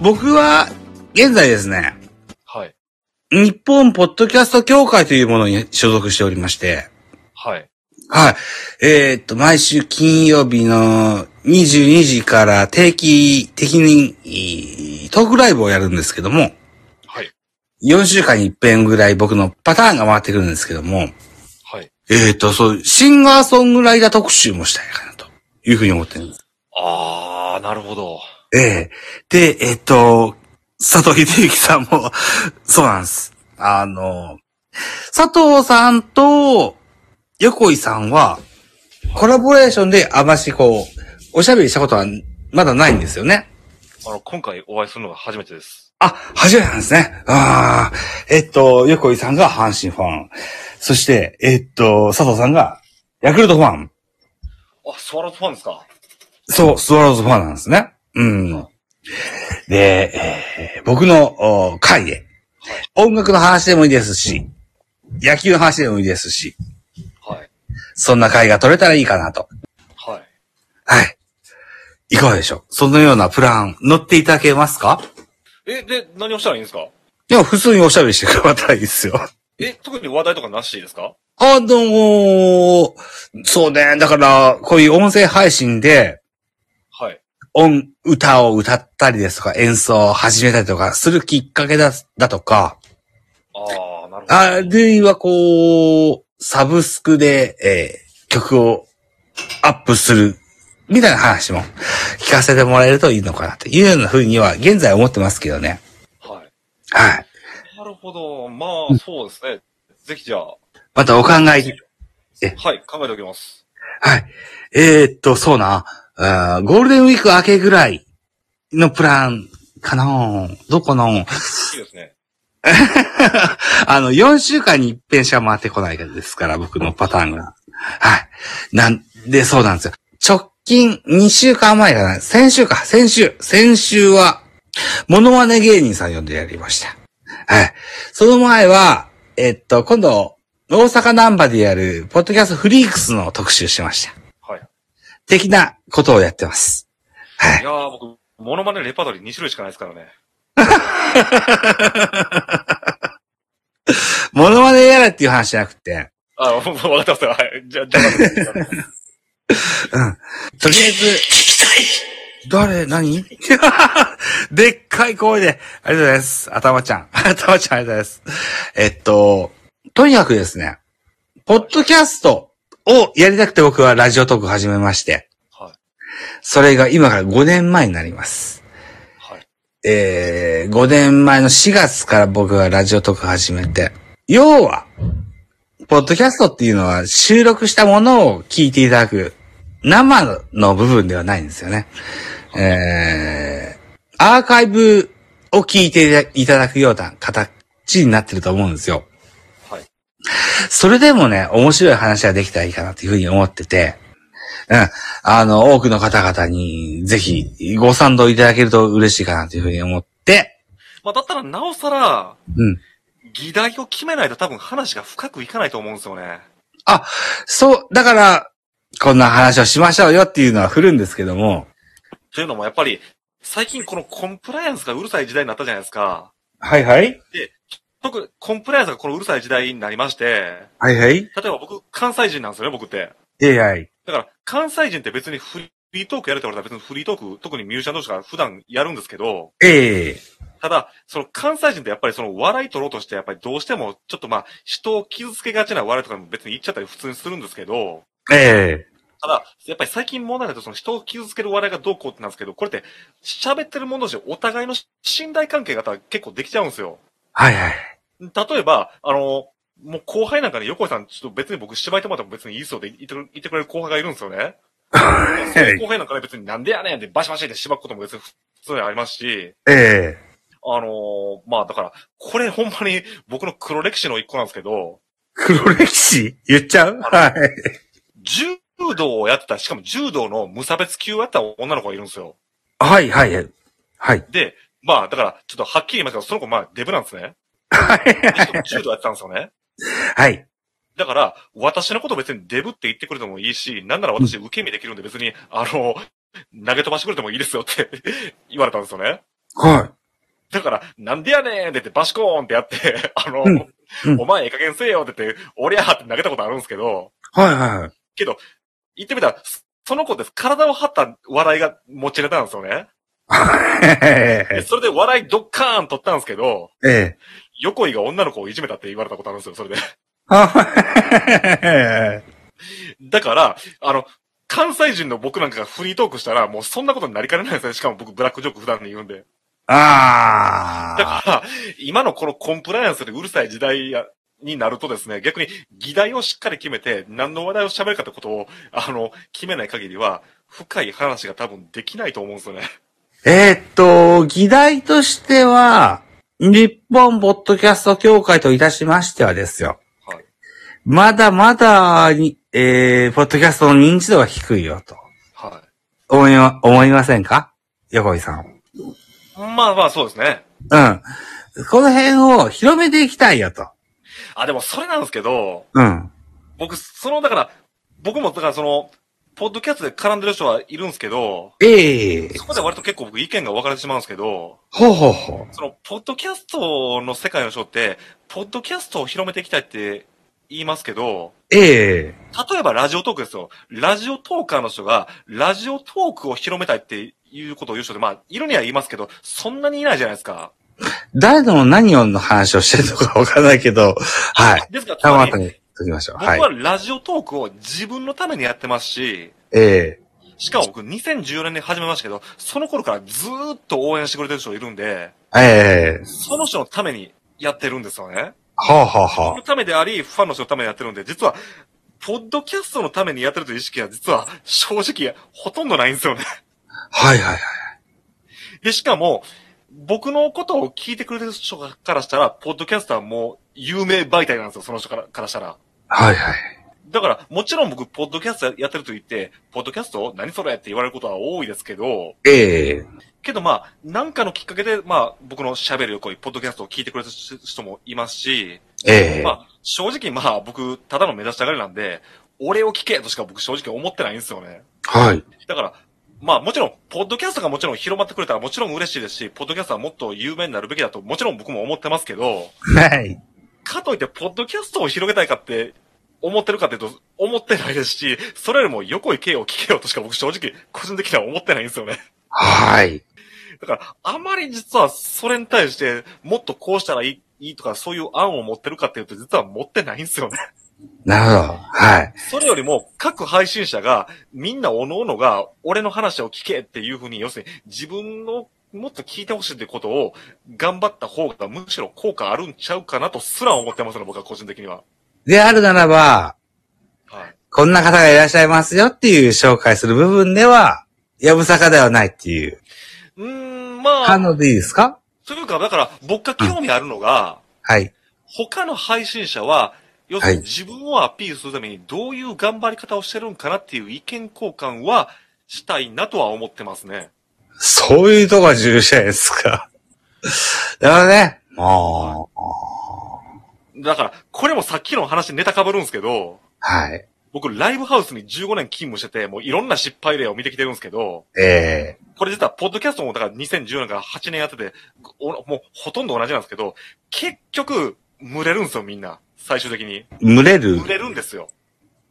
僕は、現在ですね、はい。日本ポッドキャスト協会というものに所属しておりまして、はい。はい。えーっと、毎週金曜日の22時から定期的にえートークライブをやるんですけども、はい。 4週間に一遍ぐらい僕のパターンが回ってくるんですけども、はい。えーっと、そう、シンガーソングライダー特集もしたいかなというふうに思ってるんです。あー、なるほど。ええで、えーっと、佐藤秀樹さんも、 そうなんです。あの、佐藤さんと横井さんは、コラボレーションであましこう、おしゃべりしたことはまだないんですよね。あの、今回お会いするのが初めてです。あ、初めてなんですね。ああ、えっと、横井さんが阪神ファン。そして、えっと、佐藤さんがヤクルトファン。あ、スワローズファンですかそう、スワローズファンなんですね。うん。で、えー僕のお会で、音楽の話でもいいですし、野球の話でもいいですし、はい。そんな会が取れたらいいかなと。はい。はい。いかがでしょうそのようなプラン、乗っていただけますかえ、で、何をしたらいいんですかいや、普通におしゃべりしてくれたらいいですよ。え、特に話題とかなしですかあのー、そうね。だから、こういう音声配信で、はい。音、歌を歌ったりですとか、演奏を始めたりとか、するきっかけだ、だとか、あー、なるほど。あるいはこう、サブスクで、えー曲をアップする、みたいな話も聞かせてもらえるといいのかな、というような風には、現在思ってますけどね。はい。はい。なるほど。まあ、そうですね。ぜひじゃあ、またお考え、はい、考えておきます。はい。えー、っと、そうな。あーゴールデンウィーク明けぐらいのプランかなどこのいいですね。 あの、4週間に一遍しか回ってこないですから、僕のパターンが。はい。なんで、そうなんですよ。直近2週間前かな先週か、先週。先週は、モノマネ芸人さん呼んでやりました。はい。その前は、えっと、今度、大阪ナンバでやる、ポッドキャストフリークスの特集しました。はい。的なことをやってます。はいやー、僕、モノマネレパートリー2種類しかないですからね。モノマネやれっていう話じゃなくて、あ、もうもうわかってますよ。はい。じゃ、じ ゃあ、とりあえず、誰何 でっかい声で、ありがとうございます。頭ちゃん。 頭ちゃんありがとうございます。えっと、とにかくですね、ポッドキャストをやりたくて僕はラジオトーク始めまして、はい。それが今から5年前になります。はい。えー、5年前の4月から僕はラジオトーク始めて、要は、ポッドキャストっていうのは収録したものを聞いていただく生の部分ではないんですよね。えー、アーカイブを聞いていただくような形になってると思うんですよ。はい。それでもね、面白い話ができたらいいかなというふうに思ってて、うん。あの、多くの方々に、ぜひ、ご賛同いただけると嬉しいかなというふうに思って、まあ、だったら、なおさら、うん。議題を決めないと多分話が深くいかないと思うんですよね。そう、だから、こんな話をしましょうよっていうのは振るんですけども、というのもやっぱり、最近このコンプライアンスがうるさい時代になったじゃないですか。はいはい。僕、コンプライアンスがこのうるさい時代になりまして、はいはい。例えば僕、関西人なんですよね、僕って。えはい。だから、関西人って別にフリートークやるって言われたら別にフリートーク、特にミュージシャン同士が普段やるんですけど、ええただ、その関西人ってやっぱりその笑い取ろうとして、やっぱりどうしても、ちょっとまあ、人を傷つけがちな笑いとかも別に言っちゃったり普通にするんですけど、えただ、やっぱり最近問題だとその人を傷つける笑いがどうこうってなんですけど、これって喋ってる者同士お互いの信頼関係が結構できちゃうんですよ。はいはい。例えば、あの、もう後輩なんかね、横井さん、ちょっと別に僕芝居とまっても別にいいそうで言ってくれ言ってくれる後輩がいるんですよね。そういう後輩なんかね、別になんでやねんってバシバシって縛ることも別に普通にありますし、ええあのまあだから、これほんまに僕の黒歴史の一個なんですけど、黒歴史言っちゃうはい。柔道をやってた、しかも柔道の無差別級をやった女の子がいるんですよ。はいはい。はい。で、まあ、だから、ちょっとはっきり言いますけど、その子、まあ、デブなんですね。はい。でしかも柔道やってたんですよね。はい。だから、私のこと別にデブって言ってくれてもいいし、なんなら私受け身できるんで別に、あの、投げ飛ばしてくれてもいいですよって 言われたんですよね。はだから、なんでやねんって言って、バシコーンってやって、あの、うんうんお前ええ加減せえよって言って、おりゃーって投げたことあるんですけど、い。はいはいはい。言ってみたら、そその子です。体を張った笑いが持ち入れたんですよね。でそれで笑いドッカーン取ったんですけど、ええ。横井が女の子をいじめたって言われたことあるんですよ、それで。はだから、あの、関西人の僕なんかがフリートークしたら、もうそんなことになりかねないんですよ。しかも僕、ブラックジョーク普段で言うんで。い。あだあ。から、今のこのコンプライアンスでうるさい時代やになるとですね、逆に議題をしっかり決めて、何の話題を喋るかってことを、あの、決めない限りは、深い話が多分できないと思うんですよね。えーっと、議題としては、日本ポッドキャスト協会といたしましてはですよ。はい。まだまだに、えー、ポッドキャストの認知度は低いよと。は思いま、思いませんか横井さん。い。まあまあ、そうですね。うん。この辺を広めていきたいよと。あ、でもそれなんですけど、うん。僕、その、だから、僕も、だからその、ポッドキャストで絡んでる人はいるんですけど、ええそこで割と結構僕意見が分かれてしまうんですけど、ほうほうほその、ポッドキャストの世界の人って、ポッドキャストを広めていきたいって言いますけど、う。ええ例えばラジオトークですよ。ラジオトーカーの人が、ラジオトークを広めたいっていうことを言う人で、まあ、いるにはいますけど、そんなにいないじゃないですか。誰の何をの話をしてるのかわかんないけど、はい。ですから、つたままりたに言っときましょう。僕はい。はラジオトークを自分のためにやってますし、ええしかも僕2014年に始めましたけど、その頃からずーっと応援してくれてる人いるんで、ええその人のためにやってるんですよね。ほうほうほそのためであり、ファンの人のためにやってるんで、実は、ポッドキャストのためにやってるという意識は実は正直ほとんどないんですよね。う。はいはいはい。で、しかも、僕のことを聞いてくれてる人からしたら、ポッドキャストはもう有名媒体なんですよ、その人からからしたら。はいはい。だから、もちろん僕、ポッドキャストやってると言って、ポッドキャスト何それって言われることは多いですけど、ええけどまあ、なんかのきっかけで、まあ、僕の喋る声、ポッドキャストを聞いてくれた人もいますし、ええまあ、正直まあ、僕、ただの目指したがりなんで、俺を聞けとしか僕正直思ってないんですよね。はい。だから、まあもちろん、ポッドキャストがもちろん広まってくれたらもちろん嬉しいですし、ポッドキャストはもっと有名になるべきだともちろん僕も思ってますけど、はい。かといってポッドキャストを広げたいかって思ってるかっていうと、思ってないですし、それよりも横井慶を聞けよとしか僕正直個人的には思ってないんですよね。はい。だから、あまり実はそれに対してもっとこうしたらいいいいとかそういう案を持ってるかっていうと実は持ってないんですよね。なるほど。はい。それよりも、各配信者が、みんなおのおのが、俺の話を聞けっていうふうに、要するに、自分の、もっと聞いてほしいってことを、頑張った方が、むしろ効果あるんちゃうかなとすら思ってますね、僕は個人的には。であるならば、はい。こんな方がいらっしゃいますよっていう紹介する部分では、やぶさかではないっていううーん、ま反あ、応でいいですかというか、だから、僕が興味あるのが、はい。他の配信者は、要するにはい自分をアピールするために、どういう頑張り方をしてるんかなっていう意見交換は、したいなとは思ってますね。そういうとこが重要じゃないですか。 だからね。もう、だから、これもさっきの話、ネタ被るんですけど、はい。僕、ライブハウスに15年勤務してて、もういろんな失敗例を見てきてるんですけど、ええこれ実は、ポッドキャストもだから2010年から8年やってて、おもうほとんど同じなんですけど、結局、群れるんですよ、みんな。最終的に。群れる群。れるんですよ。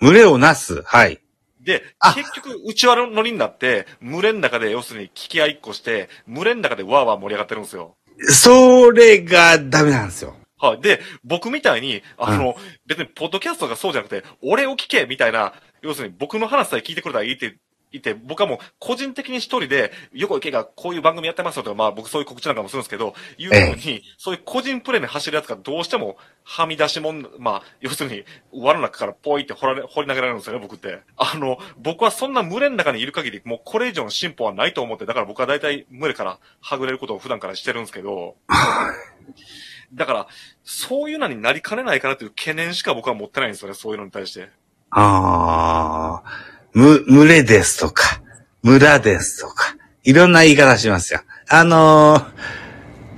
群れをなす。はい。であ、結局、内輪の乗りになって、群れの中で、要するに聞き合いっこして、群れの中でわーわー盛り上がってるんですよ。それがダメなんですよ。はい。で、僕みたいに、あの、別にポッドキャストがそうじゃなくて、俺を聞けみたいな、要するに僕の話さえ聞いてくれたらいいって言って、僕はもう個人的に一人で、横池がこういう番組やってますよとか、まあ僕そういう告知なんかもするんですけど、いうように、そういう個人プレイに走るやつがどうしてもはみ出しもん、まあ、要するに、輪の中からポイって掘られ、掘り投げられるんですよね、僕って。あの、僕はそんな群れの中にいる限り、もうこれ以上の進歩はないと思って、だから僕は大体群れからはぐれることを普段からしてるんですけど、だから、そういうのになりかねないかなという懸念しか僕は持ってないんですよね、そういうのに対して。ああ、む、群れですとか、村ですとか、いろんな言い方しますよ。あのー、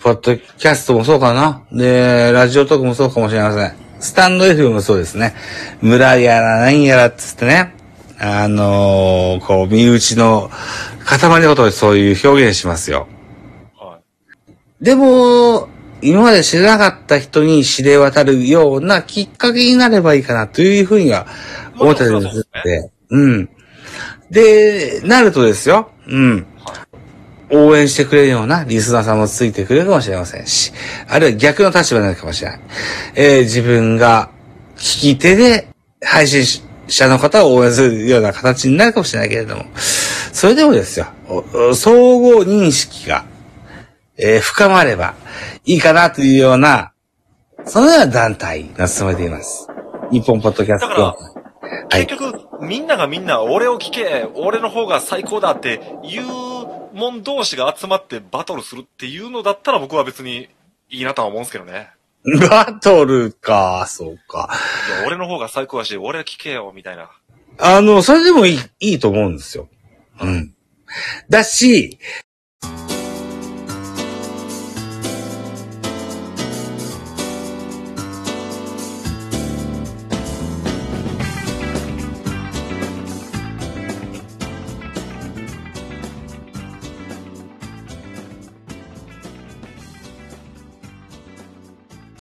ポッドキャストもそうかな。で、ラジオトークもそうかもしれません。スタンド F もそうですね。村やら何やらっつってね。あのー、こう、身内の塊のことをそういう表現しますよ。はい。でも、今まで知らなかった人に知れ渡るようなきっかけになればいいかなというふうには思ってるんですって。うん。で、なるとですよ。うん。応援してくれるようなリスナーさんもついてくれるかもしれませんし、あるいは逆の立場になるかもしれない。えー自分が聞き手で配信し者の方を応援するような形になるかもしれないけれども、それでもですよ、おお総合認識が、えー深まればいいかなというような、そのような団体が進めています。日本ポッドキャスト。だからは結い局、みんながみんな、俺を聞け、俺の方が最高だっていうもん同士が集まってバトルするっていうのだったら僕は別にいいなとは思うんですけどね。バトルか、そうか。いや、俺の方が最高だし、俺聞けよ、みたいな。あの、それでもいい、いいと思うんですよ。うん。だし、